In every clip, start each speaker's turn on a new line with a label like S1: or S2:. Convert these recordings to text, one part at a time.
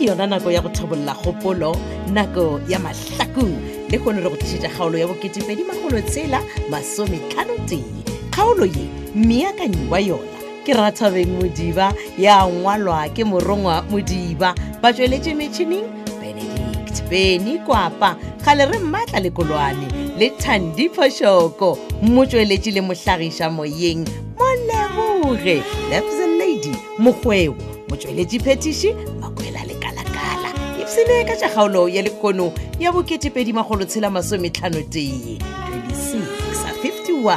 S1: yona nako ya go thobolola kgopolo nako ya mahlaku le kgone re go tlišetša kgaolo ya bo2edimagolotshela masometlhanotee kgaolo ye meakanyi wa yona ke rathabeng modiba ya ngwalwa ke morongwa modiba ba tsweletše metšhineng benedict beny kwapa kgale re mmatla lekolwane le thandi phošoko motsweletši le mohlagiša moyeng moleboge lepse lady mokgwebo motsweletši phetiši makwela lekalakala epsene ka tša kgaolo ya lekono ya bo2edimagolotshela masometlhano tee 26 51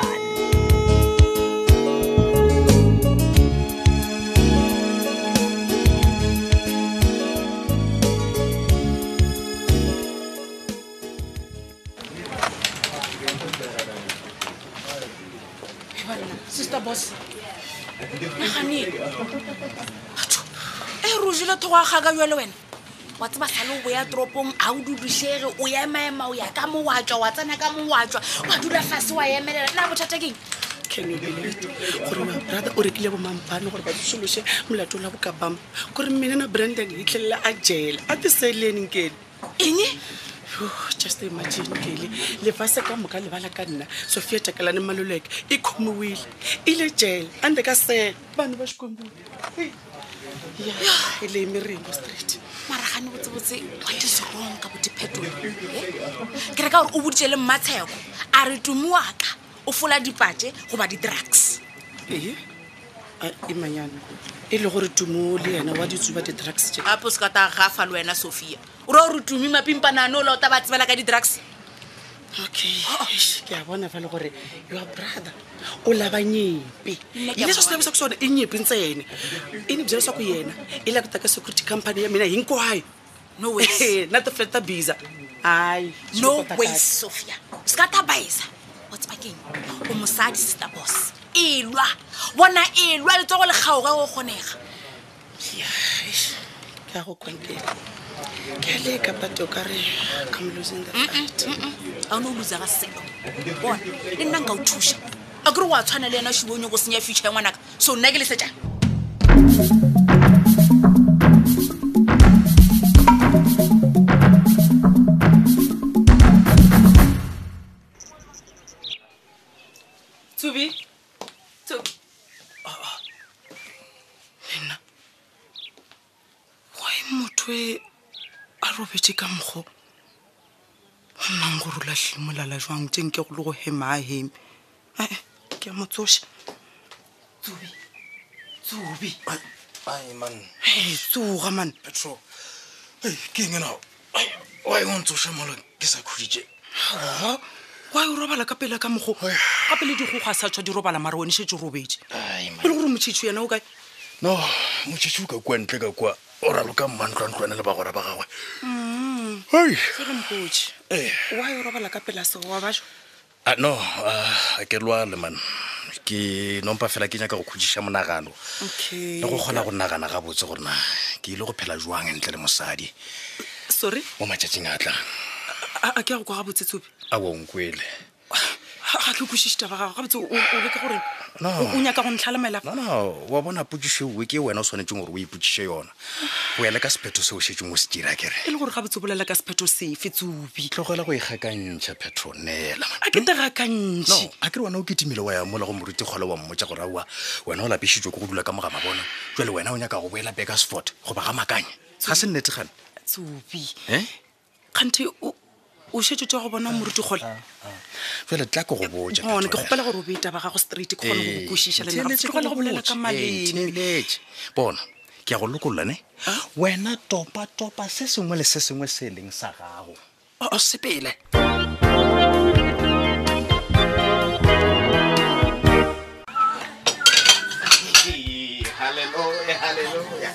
S2: banna sister bos nagane atho e re o jele thogo a kgaka jwa le wena wa tseba sale o boya toropong a o dudušege o emaema o ya ka mowatswa wa tsena ka mowatswa wa dula fase wa emelela na bothata keng
S3: Can you believe it? gore mabrata o rekile bomampane gore ba tsosološe molato la bokapama gore mmenena branden hitlhelela e a jela a tiseleneng kele
S2: eng
S3: just imagine kele lefase ka moka lebala ka nna sophia takelane maloleke e khomiwile ile jela a nde ka sela vanhu va xikombule e leyi mirimbo street
S2: maragane botsebotse what is wrong ka botiphetolo ke reka gore o boditše le mmatsheko a re tumoaka o fola dipatše goba di-drugs
S3: ee imanyana e le gore tumo le yena wa ditsuba di-drugs tje
S2: gape o se ka ta gafa le wena sophia o re gore tumi mapimpanaane o la o ta ba tsebela ka di-drugs
S3: okay eish, ke a bona fale gore your brother o lava nyimpi
S2: Nna ke a
S3: leswi swi
S2: bona.
S3: lavisa ku swona i nyimpi ntsena i ni byela leswaku yena i lava ku ta ka security company ya mina hinkwayo
S2: no ways
S3: na tiflet ta biza hayi swi
S2: no
S3: kota
S2: ways
S3: kahle.
S2: sophia se ka ta baesa o tseba keng o mosadi sister boss e lwa bona e lwa letsogo le kgaoge go kgonega
S3: Ya, eish, ke a go konkela ke a leka bate o ka re come losing the fight
S2: ga o ne o losa ga selo bona le nna nka o thuša a kere wa tshwana le yena o shibonyo go senya future ya ngwanaka so nna ke lesetšang
S3: tsubi
S2: Tsubi.
S3: nna why motho e a robetse ka mokgo nnang gore o latlhimolala jwang teng ke go le go hema a heme ae ke a motsoša tsobi tsobi
S4: ai man
S3: e tsoga mana
S4: petro ei ke eng enao wa eng o ntse o shamola ke sa khuditše
S3: Aa, wa e robala ka pele ka mokgo gape le digogo a sa tshwa di robala mare one shetse o robetse
S4: Ai, man.
S3: e le gore motšhetšho yena o kae
S4: no motšhitši o ka kua ntle ka kua o raloka mmantlwantlwane le bagora ba gagwe Ai.
S3: fele mpotse
S4: Eh.
S3: wa e robala ka pele a sego wa bajo
S4: Ah, no ah, a ke lwale man ke nompa fela ke nyaka go khudisa monagano
S3: okay
S4: le go kgona go nagana gabotse gore na ke ile go phela jwang ntle le mosadi
S3: sorry
S4: mo matšatšing a tlang
S3: a a- ke ya go kwa gabotsetsobe
S4: a bonkwele
S3: ga ke kwešiše taba gago gabotse o o leka gore
S4: No.
S3: o o nyaka go ntlhalamela
S4: no no wa bona potsišo ue ke wena o tshwanetseng gore o ipotsiše yona go ele ka sephetho seo šetseng o se dira kere
S3: e le gore gabotse o bolela ka sephetho sefe tsobi
S4: tlogela go ikgakantšha petro neela man.
S3: a ke tega
S4: no
S3: kantši
S4: a ke re wena o ketimile wa ya mola go moruti kgole wa mmotsa gore aowa wena o lapišitšwe ke go dula ka moga mabona jale wena o nyaka go boela bakersford goba ga makanya ga se nnetegane
S3: tsobi
S4: Eh?
S3: kgante o šhetso tsa go bona moruti kgole
S5: Ah,
S4: jale tla ke go botsa
S3: gone Oh, ke gopela gore o bee taba gago straight ke kgone go kwešiša
S4: Ee,
S3: lenatlogela go bolela ka maleme
S4: bona ke ya go lokololane
S3: Ah?
S4: wena topa-topa se sengwe le se sengwe se e leng sa gago
S3: o sepele
S6: haleluya haleluya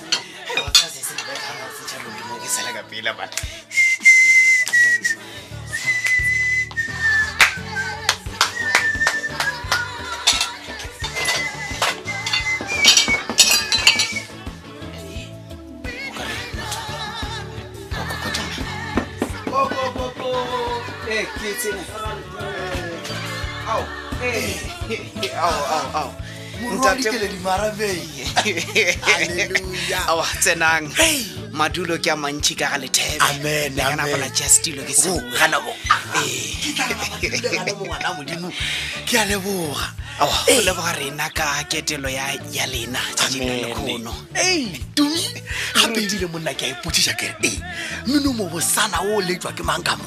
S6: wasazesibethanasitshalokilokisela kapila bana
S4: Ntate-
S6: awa tsenang
S5: madulo ke a mantšhi ka ga
S4: Amen, amen.
S5: lethebenapola justilo ke
S4: Oh,
S5: seganabo
S4: ke a leboga Eh.
S5: o leboga rena ka ketelo ya ya lena tšatši la lekgono
S4: ei tumi gape ebile monna ke a ipotsiša kere ee mmino mo bosana o letswa ke mang ka mo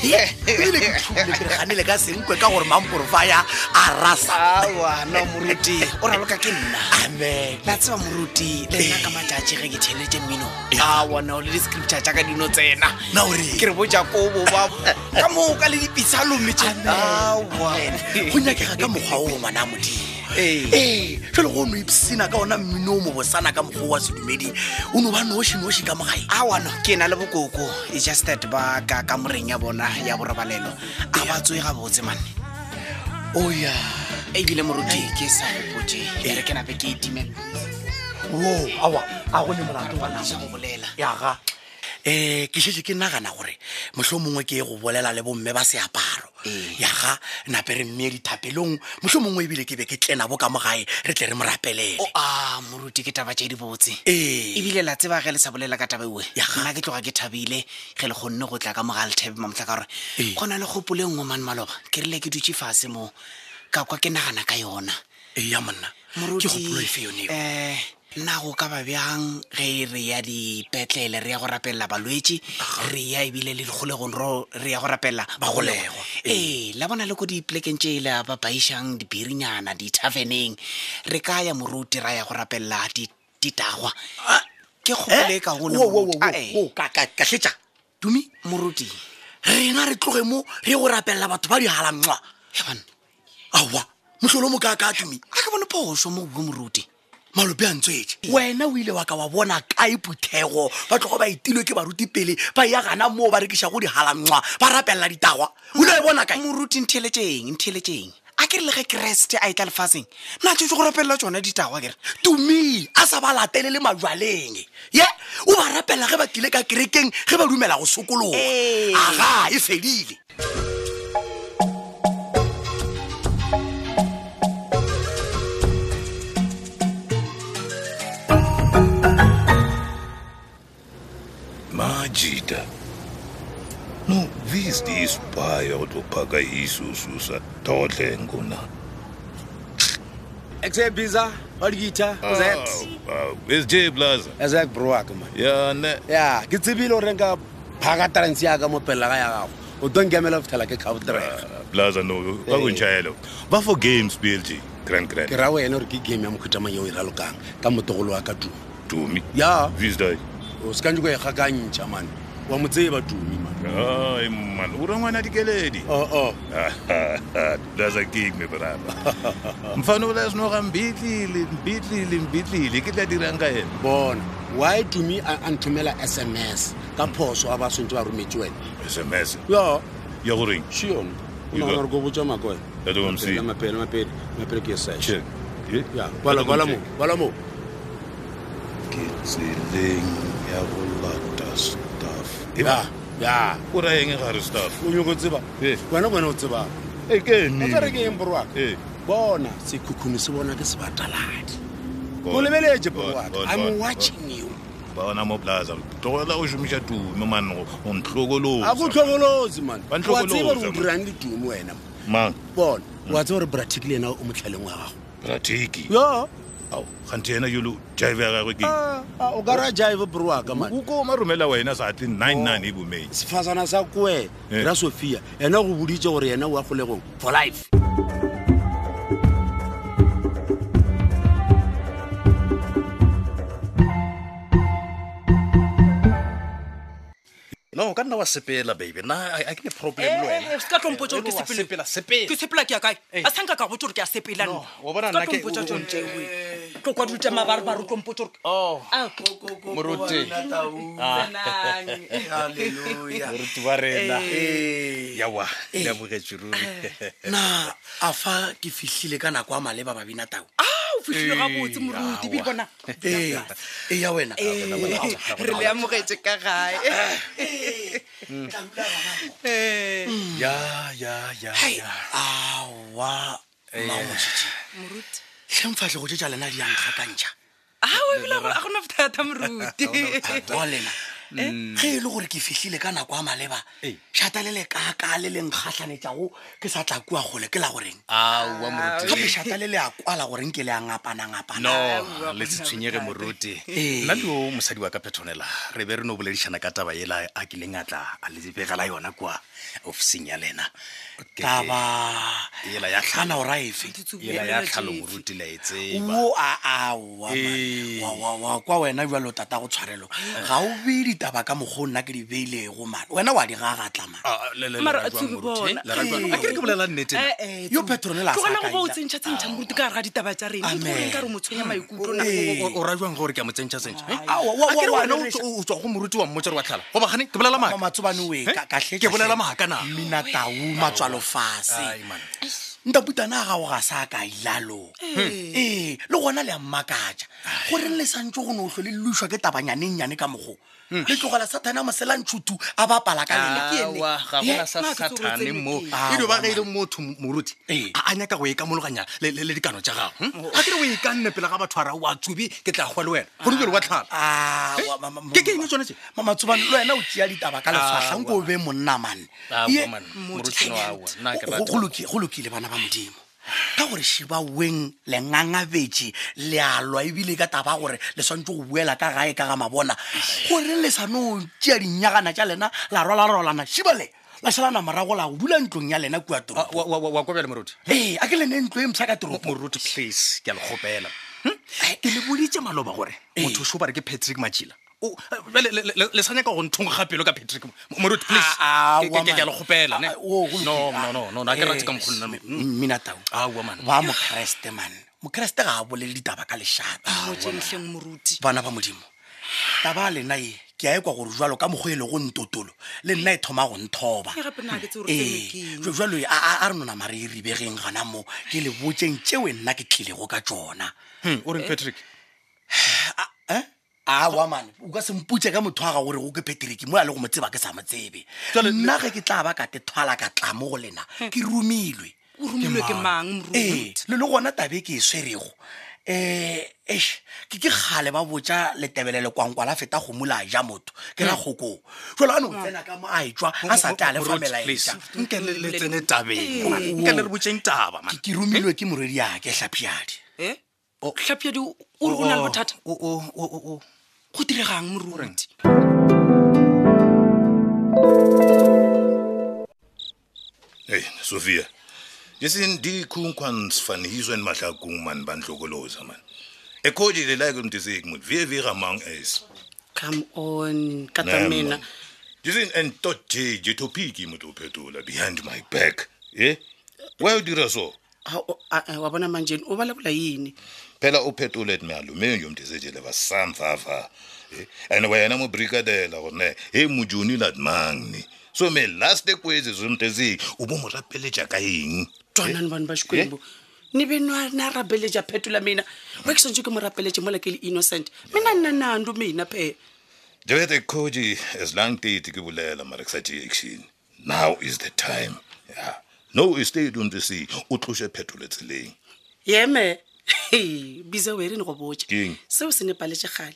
S4: ebile ke thubile ke re ganele ka senkwe ka gore mamporofaya a
S5: Ah.
S4: rasa
S5: awana moruti o raloka ke nna
S4: amen
S5: la tseba moruti le nna ka matšatši ge ke theeletse mmino a wonao le di-scripture jaaka dino tsena
S4: na o reng?
S5: ke re bo jakobo ba ka moka le dipisalomete
S4: go nyakega ka mokgwa o ngwana a modimo
S5: Ee.
S4: ee jalo go no ipsena ka ona mmino o mo bosana ka mokgwa wa sedumedi o no ba nošinoši ka mogae
S5: awano ke na le bokoko e just that ba ka kamoreng ya bona ya borabalelo a ba tsoe gabotse mane
S4: oya
S5: ebile moruti ke sa epotse ere ke nape ke etimela
S4: o aa a gone molato ngwana
S5: sa go bolela
S4: yaga um ke šetse ke nagana gore motlho mongwe ke ye go bolela le bomme ba seaparo yaga nape re mmeye dithapelong motlho mongwe ebile ke be ke tlena bo ka mogae re tle re mo
S5: o
S4: rapelele
S5: a moruti ke taba tse di botse
S4: ee
S5: ebile la tseba ge le sa bolela ka taba ue
S4: Ya.
S5: nna ke tloga ke thabile ge le kgonne go tla ka moga lethebe mamotlha ka gore
S4: Ee.
S5: go na le kgopole nngwe mane maloba ke rile ke dutse fase mo ka kwa ke nagana ka yona
S4: ee ya monna ke gopolo efe yone eo?
S5: um nna go ka ba bjang ge re ya dipetlele re ya go rapelela balwetse re ya ebile le dikgolegong ro re ya go rapelela
S4: Bagolego,
S5: bagolego ee la bona le ko dipolekeng tse la ba baišang dibirinyana ditaverneng re ka ya moruti ra ya go rapelela di- ditagwa ke kgopole e ka gone moruti. Ah, eh,
S4: katlhetša tumi
S5: moruti
S4: rena re tloge mo re ye go rapelela batho ba digalanxwa
S5: heban
S4: aowa motlholo mo kaka tumi
S5: a ka bone phoso mo bue moruti
S4: malope a ntswetse wena o ile wa ka wa bona kae phuthego ba tlogo ba etilwe ke baruti pele ba ya gana moo ba rekiša go digalanxwa ba rapelela ditagwa o ile wa e bona kae
S5: moruti ntheletšeng ntheletšeng a ke re le ge keresete a e tla lefatsheng nna tshetse go rapelela tsona ditagwa kere
S4: tumi a sa ba latelele majwaleng ye o ba rapela ge ba tlile ka kerekeng ge ba dumela go sokologa
S5: Ee.
S4: aga e fedile
S7: majita no this is baya utophaka isususa todle nguna
S8: Exebiza, Orgita,
S4: Oh.
S8: Zet,
S7: is j blaza ne.
S8: Ezek Bruakma.
S7: yane
S8: Ya, ke tsebile o renka phakatarantse yaka mo pela ga ya gago. O tong kemela o fitlhela ke cautrega.
S4: Oh.
S7: blaza no bakunjayelo ba for games blg grand
S8: Ke
S7: grand
S8: ra wena gore ke game ya mokhutamang yo o e ralokang ka motogolo wa ka tumi.
S7: tumi
S8: Ya,
S7: this day
S8: o se ka ntse ko e gakantšha mane. Wa mo tseba tumi mane.
S7: ay man ura ngwana dikeledi
S4: Oh,
S8: Oo,
S7: blaza gig me braba mfana ola seno ga mbitlile mbitlile mbitlile ke tla dirang ka ena
S8: bona. Why tumi a a nthumela SMS ka
S7: Mm.
S8: phoso a ba swentse ba rometse wena?
S7: sms
S8: Ya,
S7: ya goreng
S8: shion. O
S7: You
S8: nagana
S7: got-
S8: gore ke o botsa makoe?
S7: I don't see.
S8: Mapele, mapele, mapele, mapele ke search.
S7: Check. Eh?
S8: Ya, kwala kwala mo, kwala mo.
S7: ke tseleng ya go lata staff
S8: Ya, ya.
S7: o raeng e gare staff
S8: o nyoko tseba
S7: Ee.
S8: wena wena o tsebang
S7: e ke
S8: o tsere ke eng borwaka
S7: Ee.
S8: bona sekhukhune se bona ke sebataladi o
S7: Bona,
S8: lebeletse
S7: bona,
S8: borwaka
S7: bona,
S8: i'm
S7: bona,
S8: watching you
S7: bona mo plaza tlogela go šomiša tume man o
S8: a ko
S7: ntlhokolose
S8: tlhokolotse mane
S7: Ba
S8: wa
S7: ntlhokolotsa,
S8: tseba re o
S7: man.
S8: dirang le tumo wena
S7: mang
S8: bona wa tseba gore bratiki le ena o motlhaleng wa gago
S7: ratiki
S8: yo
S7: ao kgante ena jolo jive ya gagwe ke eng?
S8: a- a, o ka ra jive borwaka mane
S7: o koma romela wena saatle
S8: Oh.
S7: nine-nine e bomei
S8: sefasana sa koe
S7: Ee.
S8: ra sophia ena go boditse gore ena o ya kgolegong for life
S9: no o ka nna wa sepela baby nna a- a ke le problem le wena.
S3: Eh, se ka tlompotsa gore ke
S9: Yolo wa
S3: sepele.
S9: sepela, sepela.
S3: ke sepela ke ya kae a sanka ka botse gore ke a sepela
S9: No, wa bona nna ke- o- o ntse
S3: tlo kwa dutema bare bare tlompotsa gore
S4: Oh.
S9: moruti moruti wa rena
S4: Eh.
S9: yawa le amogetse ruri
S4: na a fa ke fihlile ka nako a maleba babina tao
S3: a Ah, o fitlhile ga botse moruti bile bona
S4: ee e ya wena
S9: re le
S10: amogetse ka gae
S9: ya ya ya ya
S4: awa maomoee
S10: moruti
S4: tlhemfatlhe go tse tsa lena di yankga ka ntšha
S3: ao Ah, ebile gore a gona bothata moruti
S5: o lena ge e le gore ke fitlhile ka nako a maleba šata le lekaka le lenkgatlhanetšago ke sa tla kua kgole ke la goreng
S4: aowa
S5: gape šata le le a kwala goreng ke le a ngapana-ngapana
S4: no le se tshwenyege moruti nna le o mosadi wa ka phetonela re be re no boledišana ka taba ela a kileng a tla a lebegela yona kwa officing ya lena Ke-
S5: taba
S4: ela ya
S5: kana
S4: tlhano
S5: ora efe
S4: ela ya tlhalo moruti la e tseba
S5: o a awa
S4: Ee.
S5: wa kwa wena jalo tata go tshwarelo ga o bee ditaba ka mokgwa o nna ke di beilego mane wena wa di gagatlamane
S4: Ah, le- le- le
S3: Mara,
S4: ra jwang,
S3: Tsubi,
S4: moruti?
S3: bona. Eh,
S4: Le ra
S5: Eh,
S4: jwang? Akere ke bolela nnete na?
S5: yo
S4: e
S5: petronela
S3: tlogela go bo o tsentšha-tsentšha moruti ka gare ga ditaba tsa reng goreng ka re o mo tshwenya maikutlo na
S4: O- o- o ra jwang gore ke a mo tsentšha-tsentšha eh?
S5: Eh. Ah, wa- wa- wa-
S4: Akere
S5: wa-
S4: wena o
S5: rereša.
S4: tswa- o tswa go moruti wa mmotsa re wa tlhala goba gane ke bolela maaka
S5: matsobane oe
S4: Eh? Ke bolela maaka na?
S5: mmina tau matswalo
S4: Ai,
S5: fase
S4: man.
S5: ntaputana a gago ga sa ka ilalo ee le gona le a mmakatša goreng le santse go ne o tlhole le leswa ke tabanyanennyane ka mogo
S4: Hmm.
S5: le tlogela sathane a moselantšhutu a bapala ka lena Eh? Ke ene.
S4: Awa, ga gona sa
S3: nna ke tsoro
S4: sathane
S3: tsebe
S4: mo
S3: ke
S5: eng.
S4: e dio ba ge e le motho moruti
S5: Ee.
S4: a a nyaka go ikamologanya le le- le dikano tša gago hm? ga ke re o ikanne pele ga batho a ra oa tsobe ke tla goa le wena gore bjale wa tlhala
S5: Ah,
S4: Eh?
S5: wa- ma- ma- ma-
S4: Ke- ke eng e tsone tse?
S5: ma- matsobane le wena o tea ditaba ka lefahla nko o be monna mane Ye- Go- go loki- go lokile bana ba modimo ka gore shiba weng lengangabetse lealwa ebile ka taba ya gore le swantse go buela ka gae ka ga mabona gore le sano tea dinyagana tša lena la rolarolana shibale la šhalana morago la go dula ntlong ya lena kua toropo
S4: Ah, wa kobjale moruti
S5: ee a ke lene ntlo e msa ka
S4: Mo-
S5: toropo
S4: moruti place ke a le kgopela Hm? ke le boditse maloba gore motho so ba re ke patrick majila Eh. O- jwale le- le le- le sa nyaka go nthongoga pelo ka patrick Mo- moruti please
S5: Ah, ah,
S4: Ke- ke- ke- ke a le
S5: wa man.
S4: kgopela ne
S5: Ah, oh, go lokile.
S4: no no no no, no, ha ke
S5: Eh,
S4: rate ka mokgonna
S5: mminatau
S4: Aowa, man.
S5: ba mokeresete mane mokeresete ga a bolele ditaba ka lešata
S3: motsentleng moruti
S5: bana ba modimo taba a lena e ke a ekwa gore jalo ka mokgwa e le go ntotolo le nna e thoma go nthoba
S3: Ke gape nna ha ke tsebe gore
S5: ee
S3: seno ke eng.
S5: jalo a- a a re nona mare e ribegeng gana mo ke le botseng tseo nna ke tlilego ka tsona
S4: Mm, o reng patrick
S5: awa mane o ka semputse ka motho a ga gore go ke peteriki mo a le go mo tseba ke sa mo tsebe
S4: Jwale-
S5: nna ge ke tla ba ka tethwala ka tla mo go lena ke romilwe
S3: o romilwe ke mang
S5: ee
S3: moruti
S5: le le gona tabe ke e swerego um eish ke ke kgale ba botsa letebelele kwankwa la feta go mola ja motho ke la kgokong jalo a ne o tsena ka mo a etswa a sa tle a
S4: Moruti,
S5: lefamela
S4: please.
S5: eta
S4: nke le le tsene tabeng man. nke le re botseng taba man.
S5: Ke- ke romilwe ke morwedi ake tlhapiadi
S3: e tlhapiadi o re o na le bothata
S4: O- o- o- o- o-
S3: go diregang moruti
S7: Hey, Sophia. Jesin die Kunkwans van Hisen Machakung man banhlokoloza man. Ekhodi le like umtisik mut. Wie wie ramang is.
S2: come on
S7: Katamina. Jesin and totte jetopiki mut upetula behind my back. Eh? Why you do that so?
S2: wa bona manjeni o balabola yini
S7: Phela upetula et malume umtisejele basamvafa. Eh? And wena mo brigadela gone. Hey mujuni lad mangni. So me last day kwezi umtisik ubomorapeleja ka eng?
S2: twanane
S3: Eh?
S2: bane ba xikwembu ni ve na na rapeleja phetola mina wa ke swantse ke mo rapeleje mola ke le innocent mina nna nandu mina phe
S7: Jabete Koji is lang tete ke bolela mara ke sa tee action. Now is the time. Yeah. No is stay dum to see o tlose phetolo tseleng.
S2: yeme biza were ni go botsa
S7: Keng?
S2: seo se ne paletse gale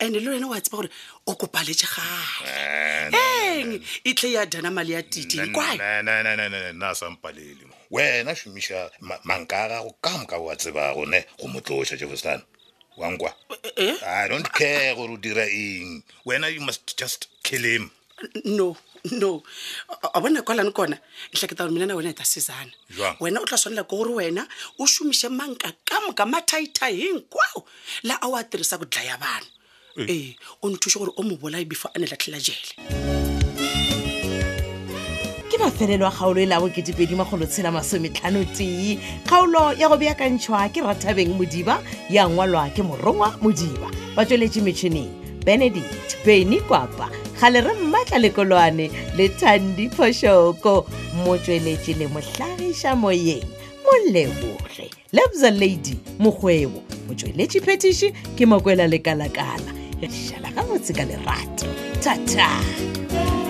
S2: and-e le wena wa tseba gore o kopaletse gale
S7: Ah,
S2: eng e tle ya dana mali ya titile kwae
S7: na na na na na na sampaleli. Wena shumisha mankara go kam ka wa tseba go ne go motlosha je bostan. Wangwa. I don't care go dira eng. Wena you must just kill him.
S2: no no A- a bona kwalane kona ntlhaketa gore mina na wena e ta sezana
S7: Jwang?
S2: wena o tla tshwanela ke gore wena o šomiše manka ka moka mathaitai hinkwao la a o a dirisa go dlaya vanhu ee o nthuše gore o mo bolae before a ne latlhela jele
S1: ke mafelelo a kgaolo e labo 2 kgaolo ya go beakantšhwa ke rathabeng modiba ya ngwalwa ke morongwa modiba ba tsweletše metšhineng benedict beny kwapa gale re mmatla lekolwane le thandi phošoko motsweletše le mohlagiša moyeng moleboge lebza lady mokgwebo motsweletše phetiši ke makwela lekalakala re šala gabotse ka lerato thata